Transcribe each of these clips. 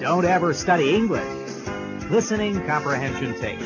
don't ever study English. Listening comprehension tape.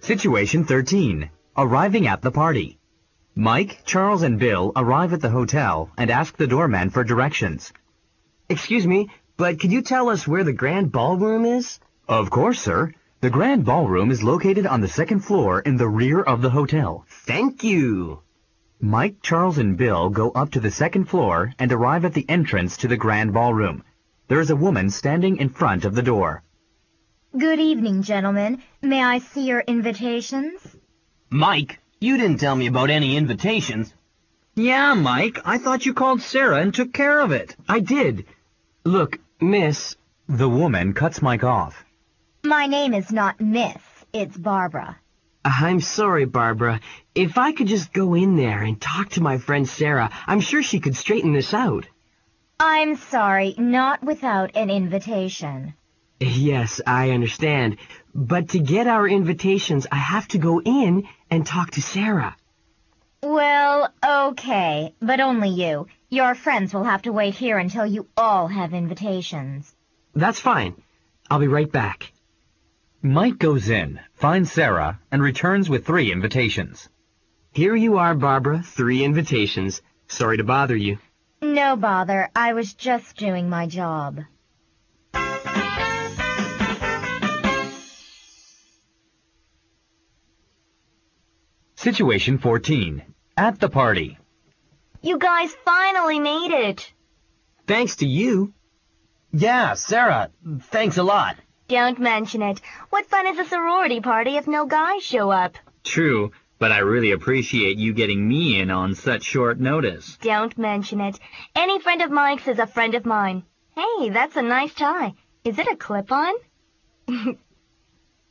Situation 13. Arriving at the party. Mike, Charles, and Bill arrive at the hotel and ask the doorman for directions. Excuse me, but could you tell us where the grand ballroom is? Of course, sir. The grand ballroom is located on the second floor in the rear of the hotel. Thank you. Mike, Charles, and Bill go up to the second floor and arrive at the entrance to the grand ballroom. There is a woman standing in front of the door. Good evening, gentlemen. May I see your invitations? Mike, you didn't tell me about any invitations. Yeah, Mike, I thought you called Sarah and took care of it. I did. Look, miss. The woman cuts Mike off. My name is not Miss, it's Barbara. I'm sorry, Barbara. If I could just go in there and talk to my friend Sarah, I'm sure she could straighten this out. I'm sorry, not without an invitation. Yes, I understand. But to get our invitations, I have to go in and talk to Sarah. Well, okay, but only you. Your friends will have to wait here until you all have invitations. That's fine. I'll be right back. Mike goes in, finds Sarah, and returns with three invitations. Here you are, Barbara. Three invitations. Sorry to bother you. No bother. I was just doing my job. Situation 14. At the party. You guys finally made it. Thanks to you. Yeah, Sarah, thanks a lot. Don't mention it. What fun is a sorority party if no guys show up? True, but I really appreciate you getting me in on such short notice. Don't mention it. Any friend of Mike's is a friend of mine. Hey, that's a nice tie. Is it a clip-on?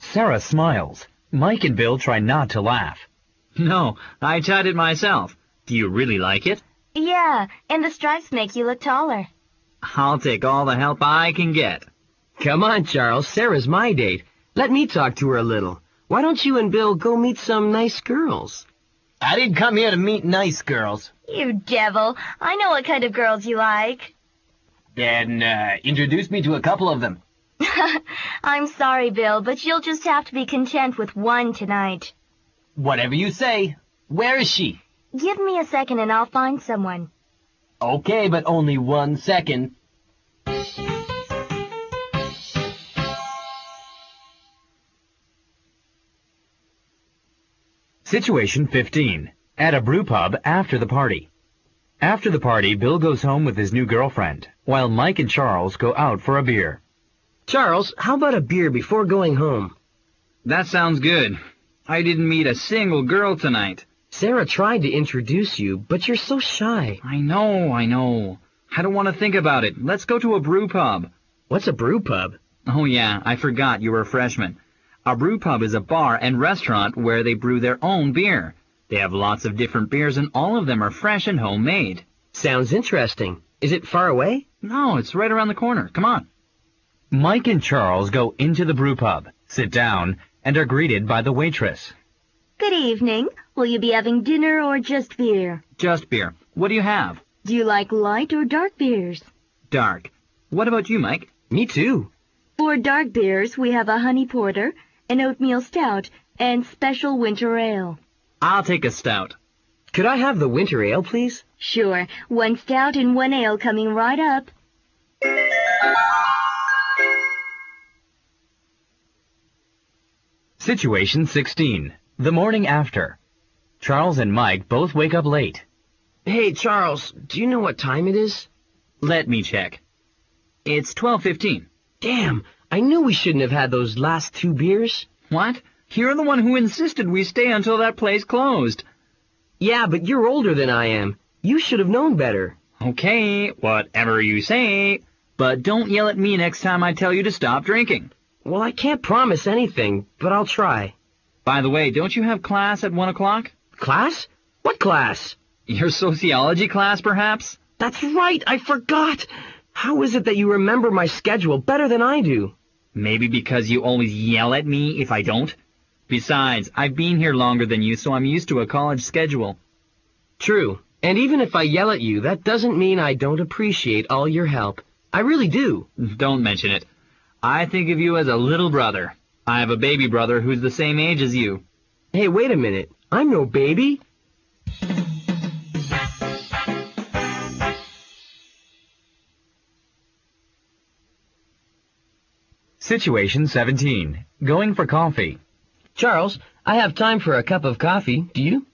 Sarah smiles. Mike and Bill try not to laugh. No, I tied it myself. Do you really like it? Yeah, and the stripes make you look taller. I'll take all the help I can get. Come on, Charles. Sarah's my date. Let me talk to her a little. Why don't you and Bill go meet some nice girls? I didn't come here to meet nice girls. You devil. I know what kind of girls you like. Then uh, introduce me to a couple of them. I'm sorry, Bill, but you'll just have to be content with one tonight. Whatever you say. Where is she? Give me a second and I'll find someone. Okay, but only one second. Situation 15. At a brew pub after the party. After the party, Bill goes home with his new girlfriend, while Mike and Charles go out for a beer. Charles, how about a beer before going home? That sounds good. I didn't meet a single girl tonight. Sarah tried to introduce you, but you're so shy. I know, I know. I don't want to think about it. Let's go to a brew pub. What's a brew pub? Oh, yeah, I forgot you were a freshman. A brew pub is a bar and restaurant where they brew their own beer. They have lots of different beers, and all of them are fresh and homemade. Sounds interesting. Is it far away? No, it's right around the corner. Come on. Mike and Charles go into the brew pub, sit down, and are greeted by the waitress. Good evening. Will you be having dinner or just beer? Just beer. What do you have? Do you like light or dark beers? Dark. What about you, Mike? Me too. For dark beers, we have a honey porter, an oatmeal stout, and special winter ale. I'll take a stout. Could I have the winter ale, please? Sure. One stout and one ale coming right up. Situation 16. The morning after. Charles and Mike both wake up late. Hey, Charles, do you know what time it is? Let me check. It's 12:15. Damn, I knew we shouldn't have had those last two beers. What? You're the one who insisted we stay until that place closed. Yeah, but you're older than I am. You should have known better. Okay, whatever you say. But don't yell at me next time I tell you to stop drinking. Well, I can't promise anything, but I'll try. By the way, don't you have class at one o'clock? Class? What class? Your sociology class, perhaps? That's right, I forgot. How is it that you remember my schedule better than I do? Maybe because you always yell at me if I don't? Besides, I've been here longer than you, so I'm used to a college schedule. True. And even if I yell at you, that doesn't mean I don't appreciate all your help. I really do. Don't mention it. I think of you as a little brother. I have a baby brother who's the same age as you. Hey, wait a minute. I'm no baby. Situation 17. Going for coffee. Charles, I have time for a cup of coffee. Do you?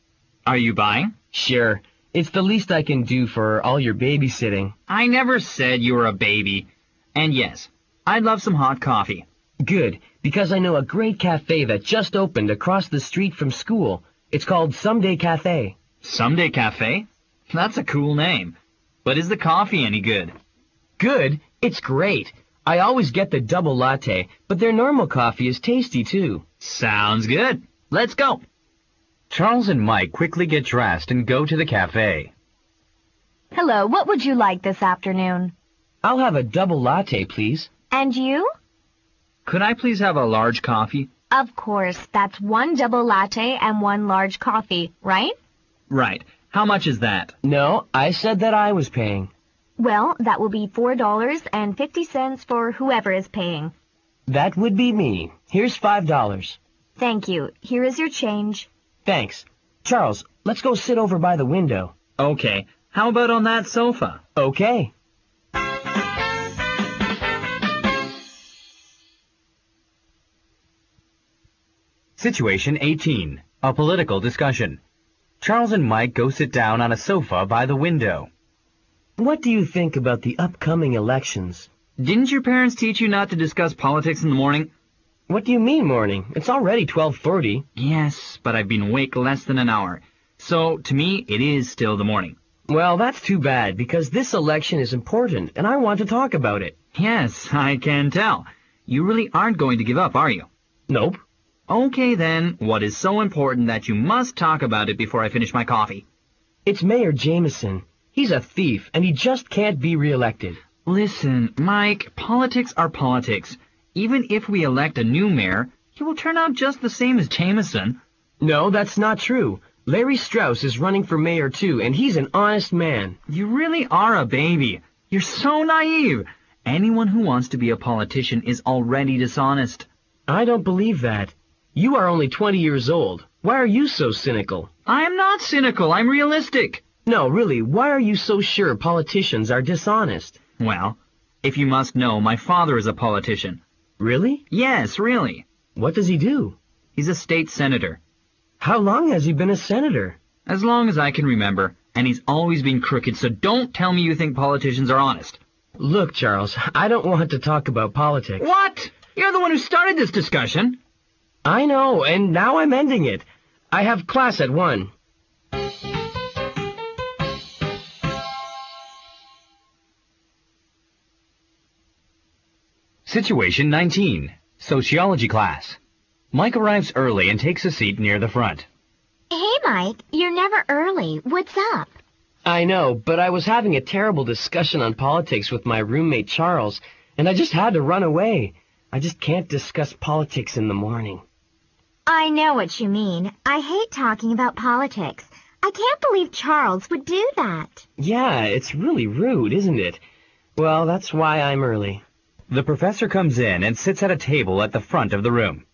Are you buying? Sure. It's the least I can do for all your babysitting. I never said you were a baby. And yes, I'd love some hot coffee. Good, because I know a great cafe that just opened across the street from school. It's called Someday Cafe. Someday Cafe? That's a cool name. But is the coffee any good? Good? It's great. I always get the double latte, but their normal coffee is tasty too. Sounds good. Let's go. Charles and Mike quickly get dressed and go to the cafe. Hello, what would you like this afternoon? I'll have a double latte, please. And you? Could I please have a large coffee? Of course, that's one double latte and one large coffee, right? Right. How much is that? No, I said that I was paying. Well, that will be $4.50 for whoever is paying. That would be me. Here's five dollars. Thank you. Here is your change. Thanks. Charles, let's go sit over by the window. Okay. How about on that sofa? Okay. Situation 18. A political discussion. Charles and Mike go sit down on a sofa by the window. What do you think about the upcoming elections? Didn't your parents teach you not to discuss politics in the morning? What do you mean morning? It's already 12:30. Yes, but I've been awake less than an hour. So, to me, it is still the morning. Well, that's too bad because this election is important and I want to talk about it. Yes, I can tell. You really aren't going to give up, are you? Nope. Okay then, what is so important that you must talk about it before I finish my coffee? It's Mayor Jameson. He's a thief and he just can't be reelected. Listen, Mike, politics are politics. Even if we elect a new mayor, he will turn out just the same as Jameson. No, that's not true. Larry Strauss is running for mayor too, and he's an honest man. You really are a baby. You're so naive. Anyone who wants to be a politician is already dishonest. I don't believe that. You are only 20 years old. Why are you so cynical? I am not cynical. I'm realistic. No, really, why are you so sure politicians are dishonest? Well, if you must know, my father is a politician. Really? Yes, really. What does he do? He's a state senator. How long has he been a senator? As long as I can remember, and he's always been crooked, so don't tell me you think politicians are honest. Look, Charles, I don't want to talk about politics. What? You're the one who started this discussion. I know, and now I'm ending it. I have class at 1. Situation 19. Sociology class. Mike arrives early and takes a seat near the front. Hey, Mike, you're never early. What's up? I know, but I was having a terrible discussion on politics with my roommate Charles, and I just had to run away. I just can't discuss politics in the morning. I know what you mean. I hate talking about politics. I can't believe Charles would do that. Yeah, it's really rude, isn't it? Well, that's why I'm early. The professor comes in and sits at a table at the front of the room.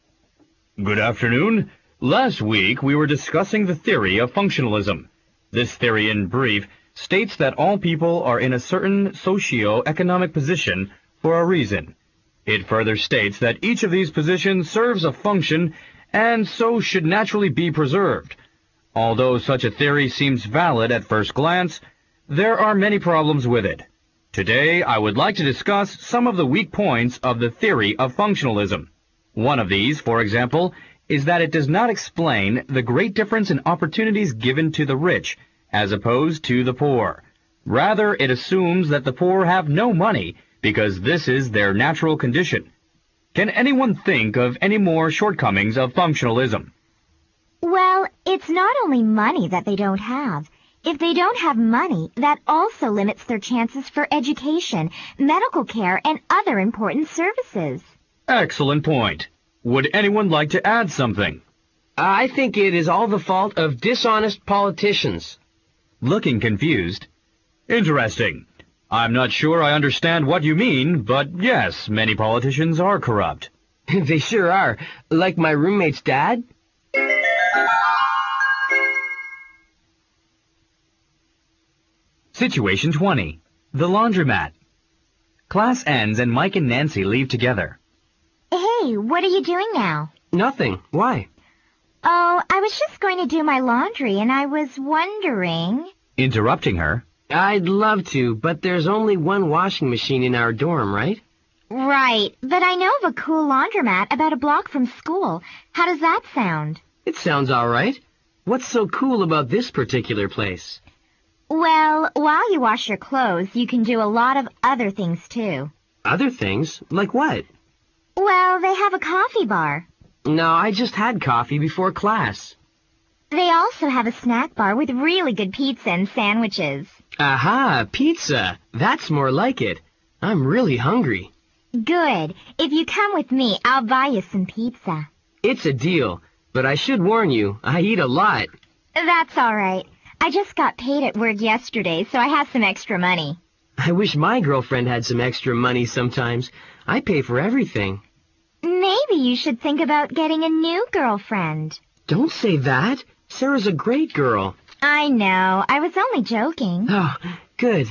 Good afternoon. Last week we were discussing the theory of functionalism. This theory, in brief, states that all people are in a certain socio-economic position for a reason. It further states that each of these positions serves a function and so should naturally be preserved. Although such a theory seems valid at first glance, there are many problems with it. Today I would like to discuss some of the weak points of the theory of functionalism. One of these, for example, is that it does not explain the great difference in opportunities given to the rich as opposed to the poor. Rather, it assumes that the poor have no money because this is their natural condition. Can anyone think of any more shortcomings of functionalism? Well, it's not only money that they don't have. If they don't have money, that also limits their chances for education, medical care, and other important services. Excellent point. Would anyone like to add something? I think it is all the fault of dishonest politicians. Looking confused. Interesting. I'm not sure I understand what you mean, but yes, many politicians are corrupt. they sure are. Like my roommate's dad. Situation 20. The laundromat. Class ends and Mike and Nancy leave together. Hey, what are you doing now? Nothing. Why? Oh, I was just going to do my laundry and I was wondering. Interrupting her. I'd love to, but there's only one washing machine in our dorm, right? Right, but I know of a cool laundromat about a block from school. How does that sound? It sounds all right. What's so cool about this particular place? Well, while you wash your clothes, you can do a lot of other things too. Other things? Like what? Well, they have a coffee bar. No, I just had coffee before class. They also have a snack bar with really good pizza and sandwiches. Aha, pizza. That's more like it. I'm really hungry. Good. If you come with me, I'll buy you some pizza. It's a deal, but I should warn you, I eat a lot. That's all right. I just got paid at work yesterday, so I have some extra money. I wish my girlfriend had some extra money sometimes. I pay for everything. Maybe you should think about getting a new girlfriend. Don't say that. Sarah's a great girl. I know. I was only joking. Oh, good.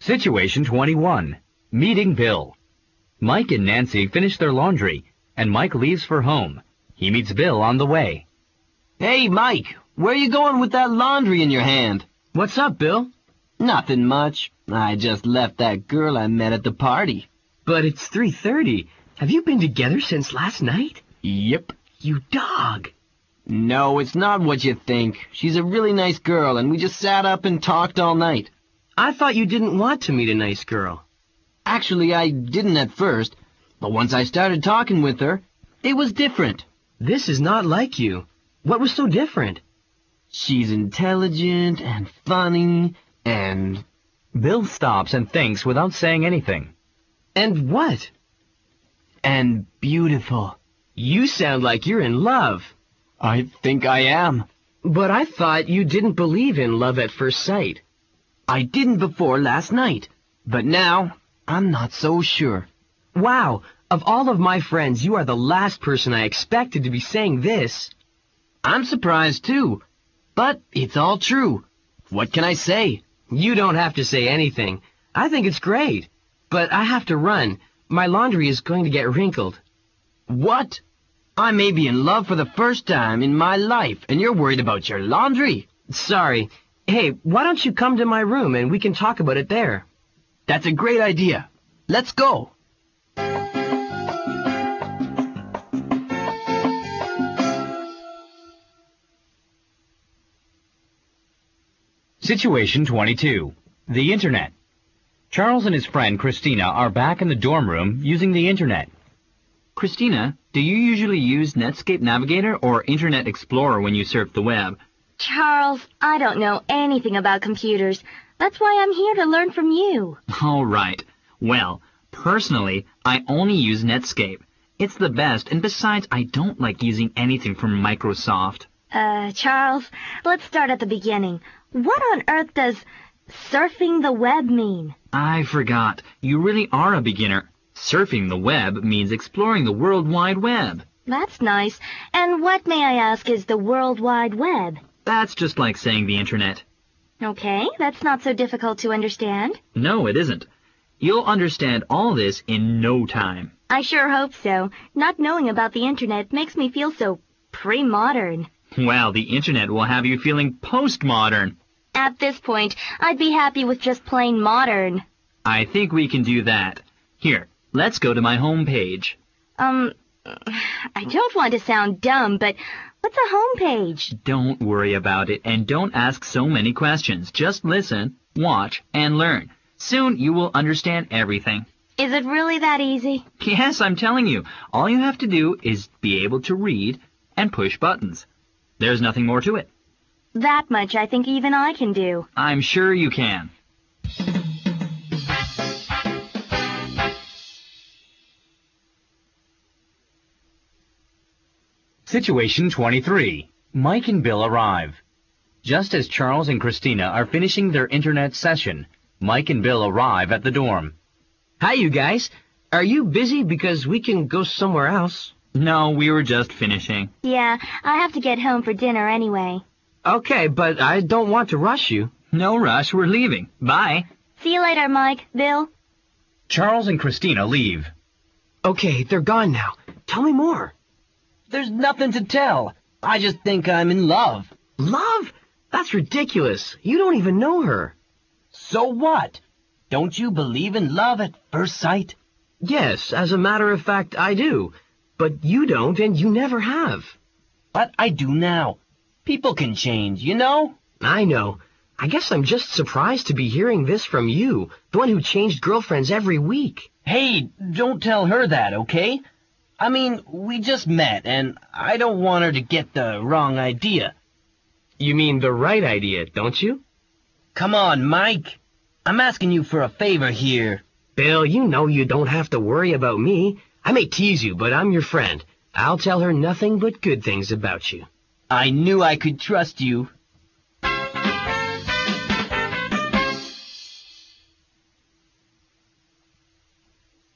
Situation 21. Meeting Bill. Mike and Nancy finish their laundry, and Mike leaves for home. He meets Bill on the way. Hey, Mike, where you going with that laundry in your hand? What's up, Bill? Nothing much. I just left that girl I met at the party. But it's 3.30. Have you been together since last night? Yep. You dog. No, it's not what you think. She's a really nice girl, and we just sat up and talked all night. I thought you didn't want to meet a nice girl. Actually, I didn't at first, but once I started talking with her, it was different. This is not like you. What was so different? She's intelligent and funny and Bill stops and thinks without saying anything. And what? and beautiful. You sound like you're in love. I think I am. But I thought you didn't believe in love at first sight. I didn't before last night, but now I'm not so sure. Wow, of all of my friends, you are the last person I expected to be saying this. I'm surprised too, but it's all true. What can I say? You don't have to say anything. I think it's great. But I have to run. My laundry is going to get wrinkled. What? I may be in love for the first time in my life, and you're worried about your laundry. Sorry. Hey, why don't you come to my room and we can talk about it there? That's a great idea. Let's go. Situation 22. The Internet. Charles and his friend Christina are back in the dorm room using the Internet. Christina, do you usually use Netscape Navigator or Internet Explorer when you surf the web? Charles, I don't know anything about computers. That's why I'm here to learn from you. All right. Well, personally, I only use Netscape. It's the best, and besides, I don't like using anything from Microsoft. Uh, Charles, let's start at the beginning. What on earth does surfing the web mean? I forgot. You really are a beginner. Surfing the web means exploring the World Wide Web. That's nice. And what, may I ask, is the World Wide Web? That's just like saying the internet. Okay, that's not so difficult to understand. No, it isn't. You'll understand all this in no time. I sure hope so. Not knowing about the internet makes me feel so pre-modern. Well, the internet will have you feeling postmodern. At this point, I'd be happy with just plain modern. I think we can do that. Here, let's go to my home page. Um, I don't want to sound dumb, but what's a homepage? Don't worry about it and don't ask so many questions. Just listen, watch, and learn. Soon you will understand everything. Is it really that easy? Yes, I'm telling you. All you have to do is be able to read and push buttons. There's nothing more to it. That much I think even I can do. I'm sure you can. Situation 23. Mike and Bill arrive. Just as Charles and Christina are finishing their internet session, Mike and Bill arrive at the dorm. Hi, you guys. Are you busy? Because we can go somewhere else. No, we were just finishing. Yeah, I have to get home for dinner anyway. Okay, but I don't want to rush you. No rush, we're leaving. Bye. See you later, Mike. Bill. Charles and Christina leave. Okay, they're gone now. Tell me more. There's nothing to tell. I just think I'm in love. Love? That's ridiculous. You don't even know her. So what? Don't you believe in love at first sight? Yes, as a matter of fact, I do. But you don't, and you never have. But I do now. People can change, you know? I know. I guess I'm just surprised to be hearing this from you, the one who changed girlfriends every week. Hey, don't tell her that, okay? I mean, we just met, and I don't want her to get the wrong idea. You mean the right idea, don't you? Come on, Mike. I'm asking you for a favor here. Bill, you know you don't have to worry about me. I may tease you, but I'm your friend. I'll tell her nothing but good things about you. I knew I could trust you.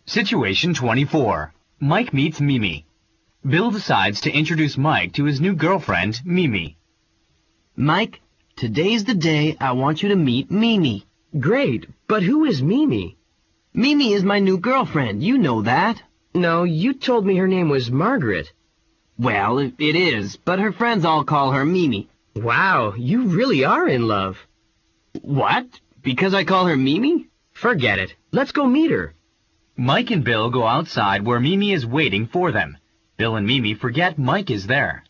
Situation 24. Mike meets Mimi. Bill decides to introduce Mike to his new girlfriend, Mimi. Mike, today's the day I want you to meet Mimi. Great, but who is Mimi? Mimi is my new girlfriend, you know that. No, you told me her name was Margaret. Well, it is, but her friends all call her Mimi. Wow, you really are in love. What? Because I call her Mimi? Forget it. Let's go meet her. Mike and Bill go outside where Mimi is waiting for them. Bill and Mimi forget Mike is there.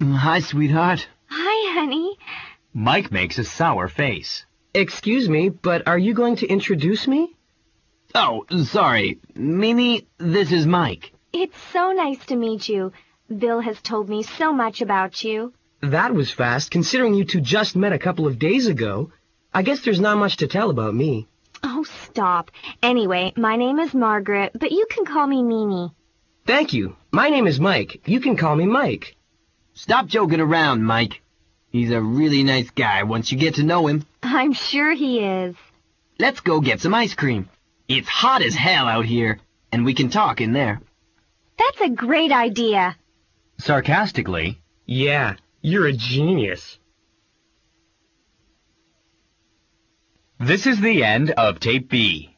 Mm, Hi, sweetheart. Hi, honey. Mike makes a sour face. Excuse me, but are you going to introduce me? Oh, sorry. Mimi, this is Mike. It's so nice to meet you. Bill has told me so much about you. That was fast, considering you two just met a couple of days ago. I guess there's not much to tell about me. Oh, stop. Anyway, my name is Margaret, but you can call me Mimi. Thank you. My name is Mike. You can call me Mike. Stop joking around, Mike. He's a really nice guy once you get to know him. I'm sure he is. Let's go get some ice cream. It's hot as hell out here, and we can talk in there. That's a great idea. Sarcastically, Yeah, you're a genius. this is the end of Tape B.